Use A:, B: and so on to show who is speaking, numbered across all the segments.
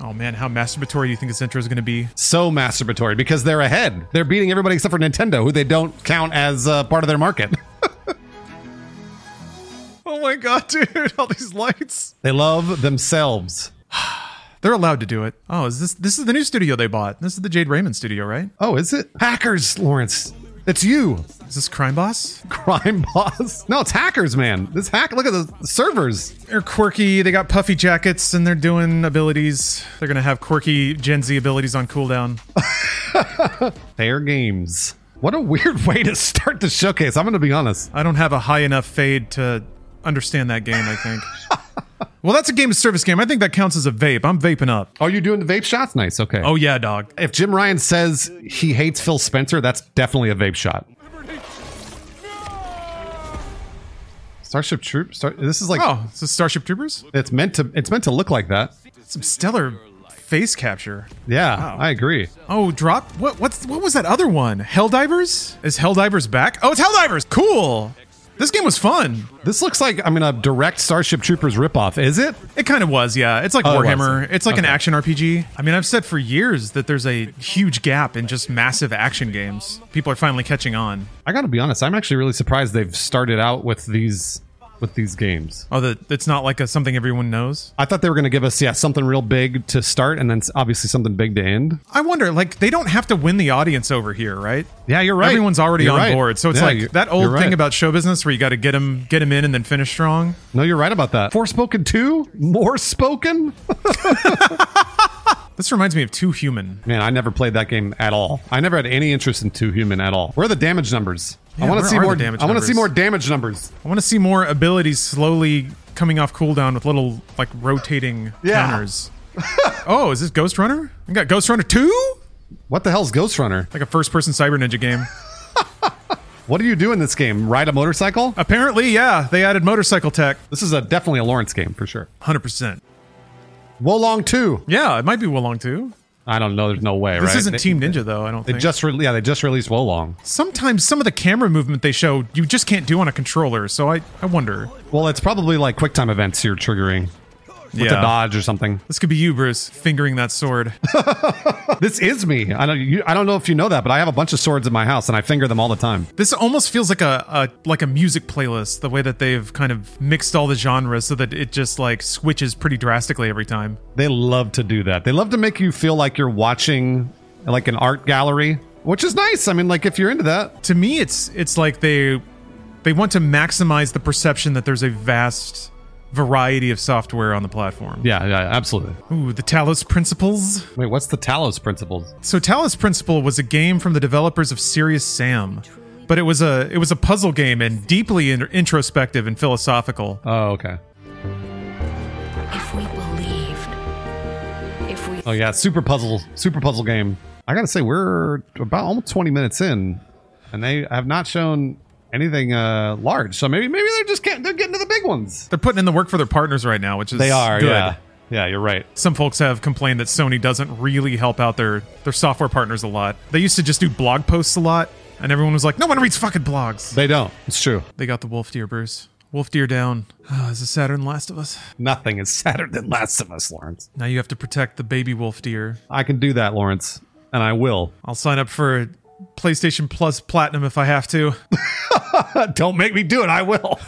A: Oh man, how masturbatory do you think this intro is going to be?
B: So masturbatory because they're ahead. They're beating everybody except for Nintendo, who they don't count as uh, part of their market.
A: Oh my god, dude! All these lights.
B: they love themselves.
A: They're allowed to do it. Oh, is this this is the new studio they bought? This is the Jade Raymond studio, right?
B: Oh, is it? Hackers, Lawrence. It's you,
A: Is this Crime Boss?
B: crime boss. No, it's hackers, man. This hack. Look at the servers.
A: They're quirky. They got puffy jackets and they're doing abilities. They're gonna have quirky Gen Z abilities on cooldown.
B: Fair games. What a weird way to start the showcase. I'm going to be honest.
A: I don't have a high enough fade to understand that game. I think. well, that's a game of service game. I think that counts as a vape. I'm vaping up.
B: Oh, you're doing the vape shots? Nice. Okay.
A: Oh yeah, dog.
B: If Jim Ryan says he hates Phil Spencer, that's definitely a vape shot. Starship Troop. Star, this is like
A: Oh, is this Starship Troopers?
B: it's meant to. It's meant to look like that.
A: Some stellar face capture.
B: Yeah,
A: Wow.
B: I agree.
A: Oh, drop. What? What's? What was that other one? Helldivers? Is Helldivers back? Oh, it's Helldivers. Cool. This game was fun.
B: This looks like I mean a direct Starship Troopers ripoff. Is it?
A: It kind of was, yeah. It's like
B: Oh, it was.
A: Warhammer. It's like an
B: Okay.
A: action RPG. I mean, I've said for years that there's a huge gap in just massive action games. People are finally catching on.
B: I got to be honest. I'm actually really surprised they've started out with these with these games.
A: Oh, that it's not like a something everyone knows.
B: I thought they were going to give us yeah something real big to start, and then s- obviously something big to end.
A: I wonder, like, they don't have to win the audience over here, right?
B: Yeah, you're right.
A: Everyone's already
B: You're
A: on
B: right.
A: board. So it's
B: Yeah, you're-
A: like that old
B: you're
A: thing
B: right.
A: about show business where you got to get them, get them in and then finish strong.
B: No, you're right about that. Forspoken two, more spoken.
A: This reminds me of Two Human.
B: Man, I never played that game at all. I never had any interest in two human at all. Where are the damage numbers?
A: Yeah,
B: I want
A: where
B: to see
A: are the
B: more.
A: damage
B: I want to see
A: numbers?
B: more damage numbers.
A: I want to see more abilities slowly coming off cooldown with little like rotating
B: Yeah.
A: counters. oh, is this Ghost Runner? We got Ghost Runner 2?
B: What the hell's Ghost Runner?
A: Like a first person cyber ninja game.
B: What do you do in this game? Ride a motorcycle?
A: Apparently, yeah, they added motorcycle tech.
B: This is a definitely a Lawrence game for sure.
A: 100%.
B: Wolong two.
A: Yeah, it might be Wulong 2.
B: I don't know. There's no way.
A: This
B: right?
A: isn't
B: They-
A: Team Ninja though, I don't
B: They
A: think.
B: just re- yeah they just released Wolong.
A: Sometimes some of the camera movement they show you just can't do on a controller, so I, I wonder.
B: Well, it's probably like QuickTime events you're triggering with a dodge or something.
A: This could be you, Bruce, fingering that sword.
B: This is me. I don't. You, I don't know if you know that, but I have a bunch of swords in my house and I finger them all the time.
A: This almost feels like a, a like a music playlist, the way that they've kind of mixed all the genres so that it just like switches pretty drastically every time.
B: They love to do that. They love to make you feel like you're watching like an art gallery, which is nice. I mean, like if you're into that,
A: To me it's it's like they they want to maximize the perception that there's a vast variety of software on the platform.
B: yeah, yeah, absolutely.
A: Ooh, the Talos Principles.
B: Wait, what's the Talos principles?
A: So Talos Principle was a game from the developers of Serious Sam, but it was a it was a puzzle game and deeply in- introspective and philosophical.
B: Oh, okay.
C: If we believed, if we
B: Oh yeah, super puzzle, super puzzle game. I gotta say, we're about almost 20 minutes in, and they have not shown anything uh large. So maybe maybe they're just can't, they're getting to the big ones.
A: They're putting in the work for their partners right now, which is good.
B: yeah, yeah. You're right.
A: some folks have complained that Sony doesn't really help out their their software partners a lot. They used to just do blog posts a lot, and everyone was like, "No one reads fucking blogs."
B: They don't. It's true.
A: They got the wolf deer, Bruce. Wolf deer down. Ah, is this Saturn Last of Us?
B: Nothing is sadder than Last of Us, Lawrence.
A: Now you have to protect the baby wolf deer.
B: I can do that, Lawrence, and I will.
A: I'll sign up for PlayStation Plus Platinum if I have to.
B: don't make me do it. I will.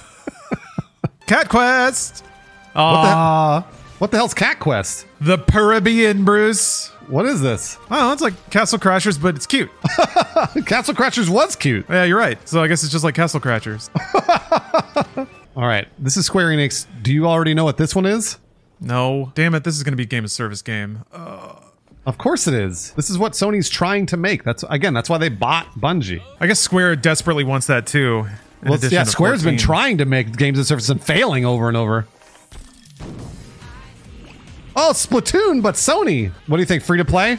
A: Cat Quest.
B: What the,
A: Ah,
B: what the hell's Cat Quest?
A: the Perubian, Bruce.
B: What is this?
A: Oh, it's like Castle Crashers, but it's cute.
B: Castle Crashers was cute.
A: yeah, you're right. So I guess it's just like Castle Crashers.
B: All right, this is Square Enix. Do you already know what this one is?
A: no, damn it, this is gonna be a game of service game.
B: Of course it is. This is what Sony's trying to make. That's again, that's why they bought Bungie.
A: I guess Square desperately wants that too. in
B: Well,
A: addition
B: yeah,
A: to
B: Square's been
A: 14.
B: trying to make games of service and failing over and over. Oh, Splatoon, but Sony. What do you think? Free to play?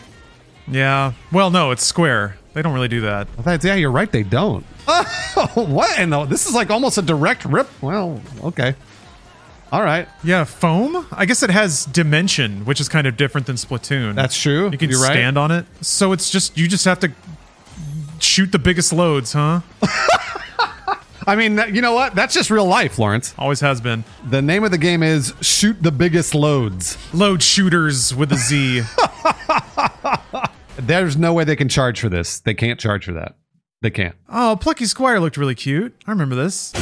A: Yeah. Well, no, it's Square. They don't really do that.
B: I thought, yeah, you're right. They don't. Oh, what? And this is like almost a direct rip. Well, okay. All right.
A: Yeah, foam. I guess it has dimension, which is kind of different than Splatoon.
B: That's true.
A: You can
B: You're right.
A: stand on it. So it's just you just have to shoot the biggest loads, huh?
B: I mean, that- you know what? That's just real life, Lawrence.
A: Always has been.
B: The name of the game is Shoot the Biggest Loads.
A: Load shooters with a Z.
B: There's no way they can charge for this. They can't charge for that. They can't.
A: oh, Plucky Squire looked really cute. I remember this.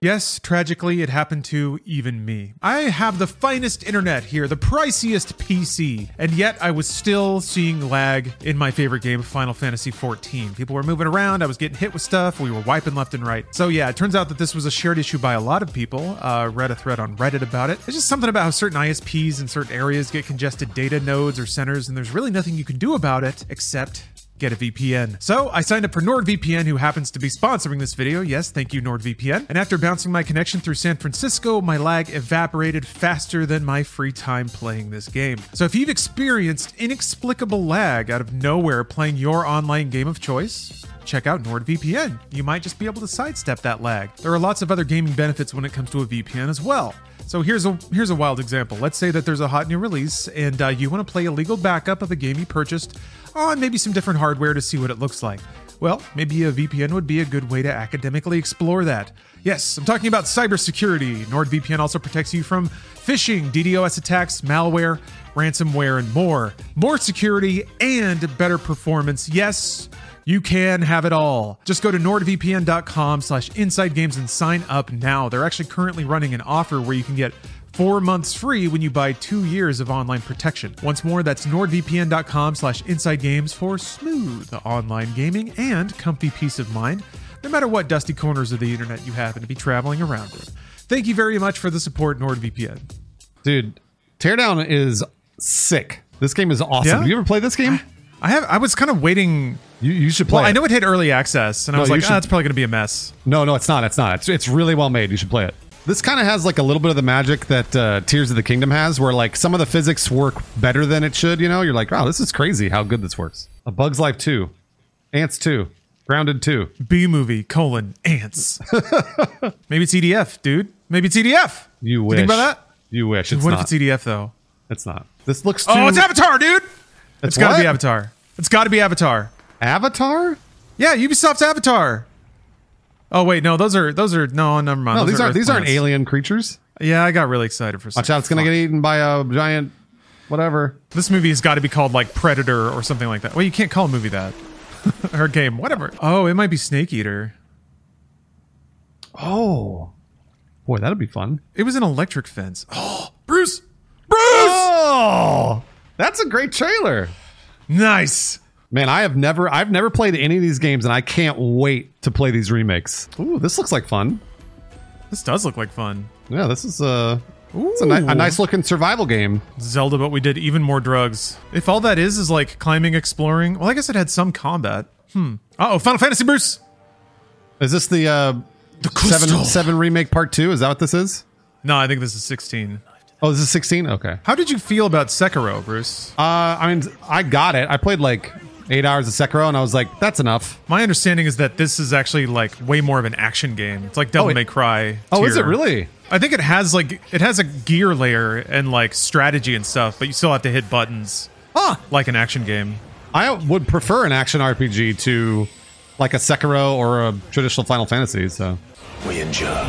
A: Yes, tragically, it happened to even me. I have the finest internet here, the priciest PC, and yet I was still seeing lag in my favorite game, Final Fantasy XIV. People were moving around, I was getting hit with stuff, we were wiping left and right. So, yeah, it turns out that this was a shared issue by a lot of people. Uh, read a thread on Reddit about it. It's just something about how certain ISPs in certain areas get congested data nodes or centers, and there's really nothing you can do about it except get a VPN. So I signed up for NordVPN, who happens to be sponsoring this video. Yes, thank you, NordVPN. And after bouncing my connection through San Francisco, my lag evaporated faster than my free time playing this game. So if you've experienced inexplicable lag out of nowhere playing your online game of choice, check out NordVPN. You might just be able to sidestep that lag. There are lots of other gaming benefits when it comes to a VPN as well. So here's a here's a wild example. Let's say that there's a hot new release and uh, you want to play a legal backup of a game you purchased on maybe some different hardware to see what it looks like. Well, maybe a VPN would be a good way to academically explore that. Yes, I'm talking about cybersecurity. NordVPN also protects you from phishing, DDoS attacks, malware, ransomware, and more. More security and better performance. Yes, you can have it all. Just go to nordvpn.com slash insidegames and sign up now. They're actually currently running an offer where you can get four months free when you buy two years of online protection. Once more, that's nordvpn.com slash insidegames for smooth online gaming and comfy peace of mind, no matter what dusty corners of the internet you happen to be traveling around in. Thank you very much for the support, NordVPN.
B: Dude, Teardown is sick. This game is awesome.
A: Yeah?
B: You ever play this game?
A: I have I was kind of waiting.
B: You, you should play
A: Well, I
B: it.
A: know it hit early access, and I
B: No,
A: was
B: you
A: like,
B: should-
A: oh, that's probably going to be a mess.
B: No, no, it's not. It's not. It's, it's really well made. You should play it. This kind of has like a little bit of the magic that uh, Tears of the Kingdom has, where like some of the physics work better than it should. You know, you're like, wow, this is crazy how good this works. A Bug's Life 2, Ants 2, Grounded 2.
A: B movie colon ants. Maybe it's EDF, dude. Maybe it's EDF.
B: You
A: Did
B: wish.
A: Think about that.
B: You wish. It's
A: what
B: not.
A: if it's EDF though?
B: it's not. This looks too.
A: Oh, it's Avatar, dude. it's got to
B: what?
A: be Avatar. It's got to be Avatar.
B: Avatar?
A: Yeah, Ubisoft's Avatar. Oh wait, no, those are those are no, never mind.
B: No,
A: Those
B: these aren't.
A: Earth
B: These aren't
A: planets.
B: alien creatures.
A: Yeah, I got really excited for.
B: Watch out! It's gonna get eaten by a giant, whatever.
A: This movie has got to be called like Predator or something like that. Well, you can't call a movie that. Her game, whatever. Oh, it might be Snake Eater.
B: Oh, boy, that'd be fun.
A: It was an electric fence. Oh, Bruce, Bruce,
B: Oh, that's a great trailer.
A: nice.
B: Man, I have never I've never played any of these games and I can't wait to play these remakes. Ooh, this looks like fun.
A: This does look like fun.
B: Yeah, this is uh, it's a, ni- a
A: Ooh.
B: nice looking survival game.
A: Zelda, but we did even more drugs. If all that is is like climbing, exploring, well, I guess it had some combat. Hmm. Uh oh, Final Fantasy Bruce.
B: Is this the uh
A: The
B: seven seven remake part two? Is that what this is?
A: No, I think this is sixteen.
B: Oh, this is sixteen? Okay.
A: How did you feel about Sekiro, Bruce?
B: Uh I mean I got it. I played like eight hours of Sekiro and I was like, that's enough.
A: My understanding is that this is actually like way more of an action game. It's like Devil
B: Oh, it-
A: May Cry.
B: Oh, is it
A: tier.
B: really?
A: I think it has like it has a gear layer and like strategy and stuff, but you still have to hit buttons
B: Huh.
A: like an action game.
B: I would prefer an action RPG to like a Sekiro or a traditional Final Fantasy, so
D: We endure.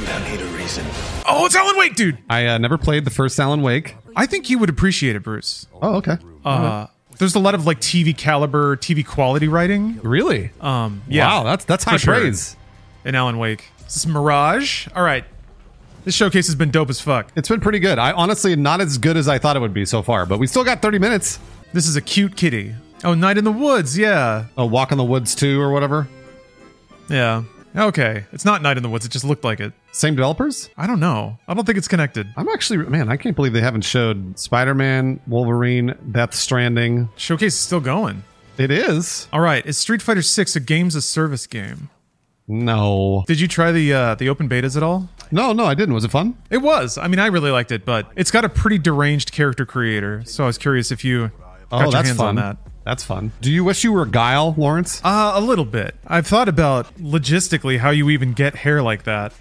D: Without need a reason.
A: Oh, it's Alan Wake, dude.
B: I uh, never played the first Alan Wake.
A: I think you would appreciate it, Bruce.
B: Oh, okay.
A: Uh, there's a lot of like TV caliber, TV quality writing.
B: Really?
A: Um, yeah.
B: Wow, that's that's
A: For
B: high
A: sure.
B: praise.
A: in Alan Wake. This is Mirage. All right. This showcase has been dope as fuck.
B: It's been pretty good. I honestly not as good as I thought it would be so far, but we still got 30 minutes.
A: This is a cute kitty. Oh, Night in the Woods. Yeah.
B: A walk in the woods too, or whatever.
A: Yeah. Okay. It's not Night in the Woods. It just looked like it.
B: Same developers.
A: I don't know. I don't think it's connected.
B: I'm actually man, I can't believe they haven't showed Spider-Man, Wolverine, Death Stranding.
A: Showcase is still going.
B: It is
A: All right. Is Street Fighter 6 a games as service game?
B: no,
A: Did you try the uh, the open betas at all?
B: no, no. I didn't. Was it fun?
A: It was. I mean, I really liked it, but it's got a pretty deranged character creator. So I was curious if you got
B: oh,
A: your
B: that's
A: hands
B: fun.
A: on that.
B: That's fun. Do you wish you were Guile, Lawrence?
A: Uh, a little bit. I've thought about logistically how you even get hair like that.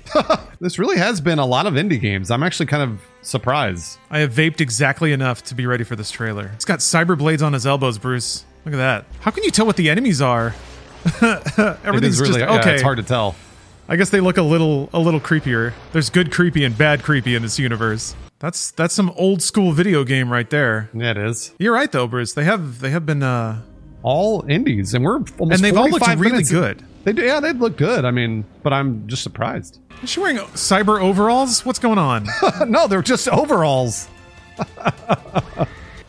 B: This really has been a lot of indie games. I'm actually kind of surprised.
A: I have vaped exactly enough to be ready for this trailer. It's got cyber blades on his elbows, Bruce. Look at that. How can you tell what the enemies are?
B: It is
A: Everything's
B: really
A: just
B: yeah,
A: okay.
B: it's hard to tell.
A: I guess they look a little a little creepier. There's good creepy and bad creepy in this universe. That's that's some old school video game right there.
B: Yeah, it is.
A: You're right though, Bruce. They have they have been uh
B: All indies, and we're almost
A: and they've all looked
B: 45
A: really
B: minutes in.
A: good.
B: They do, yeah, they look good. I mean, but I'm just surprised.
A: Is she wearing cyber overalls? What's going on?
B: no, they're just overalls.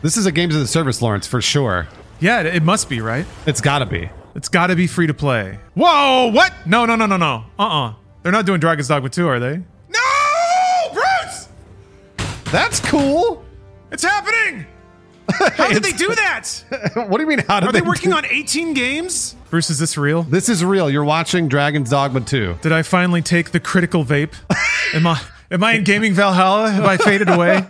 B: this is a games as a service, Lawrence, for sure.
A: yeah, it, it must be right.
B: It's got to be.
A: It's got to be free to play. Whoa! What? No, no, no, no, no. Uh, uh-uh. uh. they are not doing Dragon's Dogma 2, are they? No, Bruce!
B: That's cool.
A: It's happening. How did they do that?
B: what do you mean? How did
A: Are they working
B: do-
A: on 18 games? Bruce, is this real?
B: This is real. You're watching Dragon's Dogma 2.
A: Did I finally take the critical vape? Am I am I in gaming Valhalla? Have I faded away?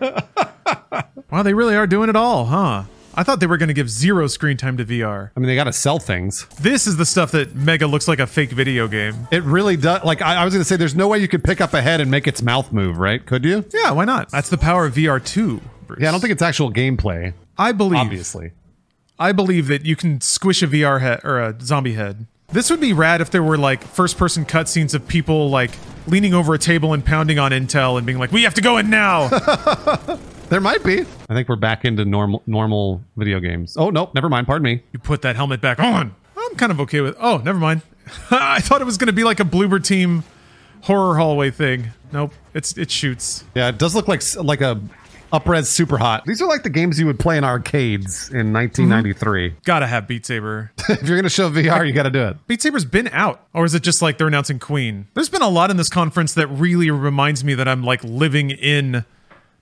A: Wow, they really are doing it all, huh? I thought they were going to give zero screen time to VR.
B: I mean, they got to sell things.
A: This is the stuff that Mega looks like a fake video game.
B: It really does. Like I, I was going to say, there's no way you could pick up a head and make its mouth move, right? Could you?
A: Yeah, why not? That's the power of VR2. Bruce.
B: Yeah, I don't think it's actual gameplay.
A: I believe
B: Obviously,
A: I believe that you can squish a VR head or a zombie head. This would be rad if there were like first person cutscenes of people like leaning over a table and pounding on intel and being like, "We have to go in now."
B: there might be. I think we're back into normal normal video games. Oh nope, never mind. Pardon me.
A: you put that helmet back on. I'm kind of okay with. Oh, never mind. I thought it was going to be like a Bloober Team horror hallway thing. Nope, it's it shoots.
B: Yeah, it does look like s- like a upres super hot. These are like the games you would play in arcades
A: Mm-hmm.
B: in 1993.
A: Gotta have Beat Saber.
B: if you're going to show VR, you got to do it.
A: Beat Saber's been out, or is it just like they're announcing Queen? There's been a lot in this conference that really reminds me that I'm like living in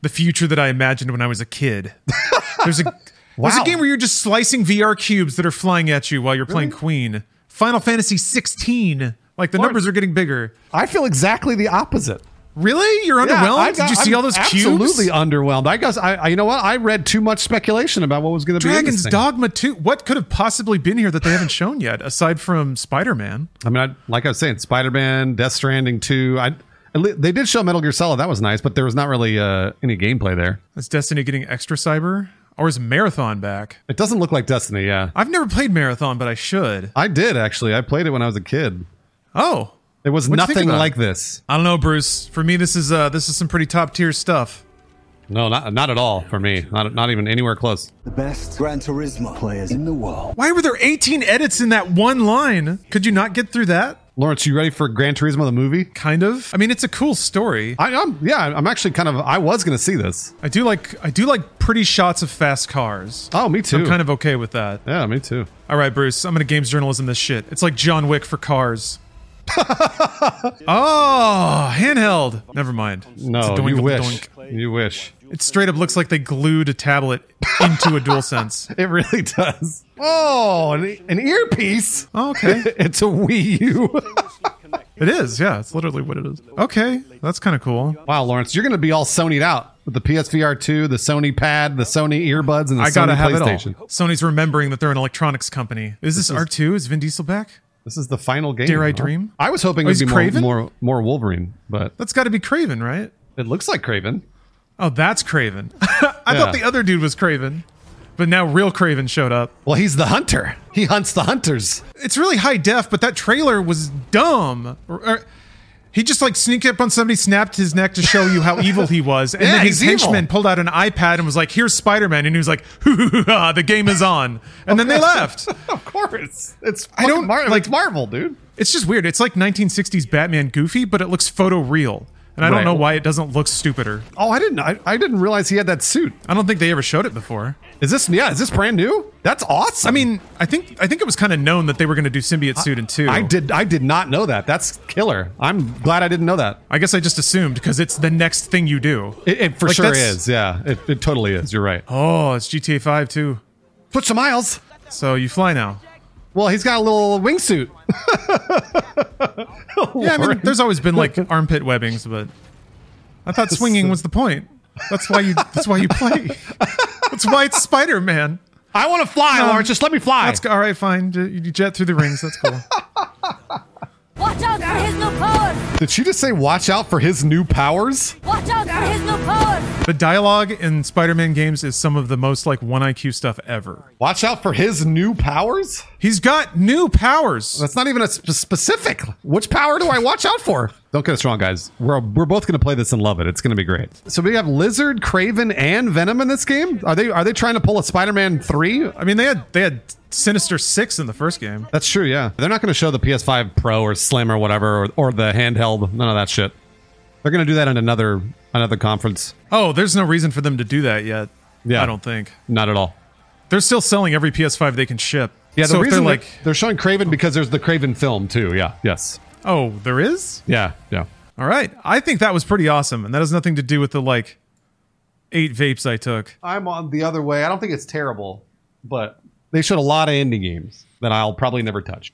A: the future that I imagined when I was a kid. There's a there's
B: Wow.
A: a game where you're just slicing VR cubes that are flying at you while you're playing Queen. Final Fantasy 16. Like the numbers are getting bigger.
B: I feel exactly the opposite.
A: Really? You're underwhelmed?
B: I
A: Did
B: got-
A: you see
B: I'm
A: all those cubes?
B: Absolutely underwhelmed. I guess I, I. You know what? I read too much speculation about what was going to be. in
A: Dragon's
B: this thing.
A: Dogma 2. What could have possibly been here that they haven't shown yet, aside from Spider Man?
B: I mean, I, like I was saying, Spider Man, Death Stranding 2. I, at le- they did show Metal Gear Solid. That was nice, but there was not really uh, any gameplay there.
A: Is Destiny getting extra cyber? Or is Marathon back?
B: It doesn't look like Destiny, yeah.
A: I've never played Marathon, but I should.
B: I did, actually. I played it when I was a kid.
A: Oh.
B: It was
A: What'd you think
B: nothing
A: about
B: like
A: it?
B: this.
A: I don't know, Bruce. For me, this is uh this is some pretty top tier stuff.
B: No, not, not at all for me. Not, not even anywhere close.
D: The best Gran Turismo players in the world.
A: Why were there 18 edits in that one line? Could you not get through that?
B: Lawrence, you ready for Gran Turismo the movie?
A: Kind of. I mean, it's a cool story.
B: I, I'm, yeah, I'm actually kind of. I was going to see this.
A: I do like I do like pretty shots of fast cars.
B: Oh, me too.
A: I'm kind of okay with that.
B: yeah, me too.
A: All right, Bruce, I'm gonna games journalism this shit. It's like John Wick for cars. oh, handheld. Never mind. It's a
B: No,
A: doink of
B: you
A: a
B: wish.
A: doink.
B: You wish.
A: It straight up looks like they glued a tablet into a DualSense.
B: It really does. Oh, an, an earpiece.
A: Okay,
B: It's a Wii U.
A: it is. Yeah, it's literally what it is. Okay, that's kind of cool.
B: Wow, Lawrence, you're going to be all Sonyed out with the PSVR 2, the Sony pad, the Sony earbuds, and the
A: I
B: Sony
A: gotta have it all.
B: PlayStation.
A: Sony's remembering that they're an electronics company. Is this R two? Is Vin Diesel back?
B: This is the final game.
A: Dare I dream?
B: I was hoping
A: Oh,
B: it would
A: he's
B: be more,
A: Kraven?
B: more more Wolverine, but
A: That's got to be Craven, right?
B: it looks like Craven.
A: Oh, that's Craven. I
B: Yeah.
A: thought the other dude was Craven, but now real Craven showed up.
B: Well, he's the hunter. He hunts the hunters.
A: it's really high def, but that trailer was dumb. Or- or- he just like sneaked up on somebody, snapped his neck to show you how evil he was, and
B: Yeah,
A: then his
B: he's evil.
A: henchman pulled out an iPad and was like, "Here's Spider Man," and he was like, "Hoo, hoo, hoo, ha, "The game is on," and then they left.
B: Of course, it's
A: I don't-
B: fucking Mar-
A: like-
B: it's Marvel, dude.
A: It's just weird. It's like 1960s Batman Goofy, but it looks photoreal, and I
B: Right.
A: don't know why it doesn't look stupider.
B: Oh, I didn't I, I didn't realize he had that suit.
A: I don't think they ever showed it before.
B: Is this yeah? Is this brand new? That's awesome.
A: I mean, I think I think it was kind of known that they were going to do symbiote suit in two.
B: I did I did not know that. That's killer. I'm glad I didn't know that.
A: I guess I just assumed because it's the next thing you do.
B: It, it for
A: Like,
B: sure
A: that's-
B: is. Yeah, it, it totally is. You're right.
A: Oh, it's GTA Five too.
B: Put some miles.
A: So you fly now.
B: Well, he's got a little wingsuit.
A: Yeah, I mean, there's always been like armpit webbings, but I thought swinging was the point. That's why you. That's why you play. That's why it's Spider Man.
B: I want to fly,
A: Um,
B: Lawrence. Just let me fly.
A: That's all right. Fine. J- You jet through the rings. That's cool.
E: Watch out for his new powers!
B: Did she just say, "Watch out for his new powers"?
E: Watch out for his new powers!
A: The dialogue in Spider-Man games is some of the most like one IQ stuff ever.
B: Watch out for his new powers.
A: He's got new powers.
B: That's not even a sp- specific. Which power do I watch out for? Don't get us wrong, guys. We're we're both going to play this and love it. It's going to be great. So we have Lizard, Craven, and Venom in this game. Are they are they trying to pull a Spider-Man three?
A: I mean, they had they had Sinister Six in the first game.
B: That's true. Yeah, they're not going to show the PS5 Pro or Slim or whatever or, or the handheld. None of that shit. They're going to do that in another another conference.
A: Oh, there's no reason for them to do that yet.
B: Yeah.
A: I don't think
B: Not at all.
A: they're still selling every PS5 they can ship.
B: Yeah, the
A: so if they're
B: reason
A: like,
B: like they're showing Craven because there's the Craven film too. Yeah. Yes.
A: oh, there is.
B: Yeah. Yeah.
A: All right. I think that was pretty awesome. And that has nothing to do with the like eight vapes I took.
B: I'm on the other way. I don't think it's terrible, but they showed a lot of indie games that I'll probably never touch.